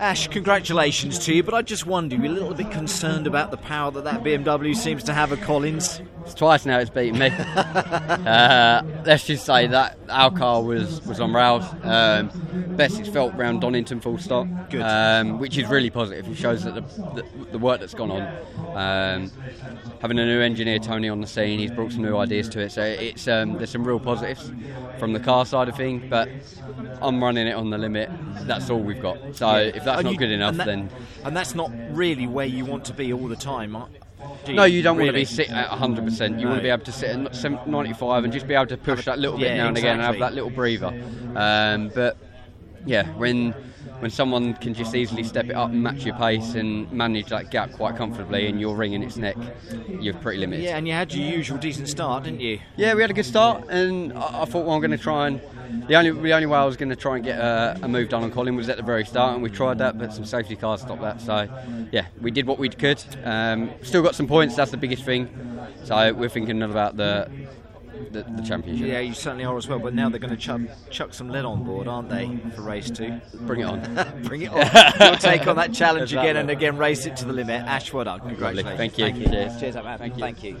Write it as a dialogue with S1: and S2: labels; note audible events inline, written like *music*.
S1: Ash, congratulations to you, but I just wonder, you're a little bit concerned about the power that that BMW seems to have at Collins.
S2: It's twice now it's
S1: *laughs*
S2: beaten me. uh, let's just say that our car was, was on rails. Um, best it's felt round Donington, full stop.
S1: Good.
S2: Um, which is really positive. It shows that the, the, the work that's gone on. Um, having a new engineer, Tony, on the scene, he's brought some new ideas to it. So it's um, there's some real positives from the car side of things, but I'm running it on the limit. That's all we've got. So if that's
S1: And
S2: not
S1: you-
S2: good enough,
S1: and that-
S2: then
S1: and that's not really where you want to be all the time. uh, do
S2: No, you don't want to
S1: really?
S2: be sit at 100%. You
S1: No.
S2: want to be able to sit at seven- 95 and just be able to push that little bit
S1: yeah,
S2: now and again and have
S1: exactly.
S2: that little breather. Um, but yeah, when when someone can just easily step it up and match your pace and manage that gap quite comfortably and you're wringing its neck, you're pretty limited.
S1: Yeah, and you had your usual decent start, didn't you?
S2: Yeah, we had a good start, and I, I thought, well, I'm going to try and the only the only way I was going to try and get a, a move done on Colin was at the very start, and we tried that, but some safety cars stopped that. So, yeah, we did what we could. Um, still got some points. That's the biggest thing. So we're thinking about the the, the championship.
S1: Yeah, you certainly are as well. But now they're going to chuck, chuck some lead on board, aren't they, for race two?
S2: Bring it on. *laughs*
S1: Bring it on. You'll take on that challenge
S2: Exactly.
S1: again and again, race it to the limit. Ash, well done. Congratulations.
S2: Thank you.
S1: Thank you.
S2: Cheers.
S1: Cheers, up, man. Thank you.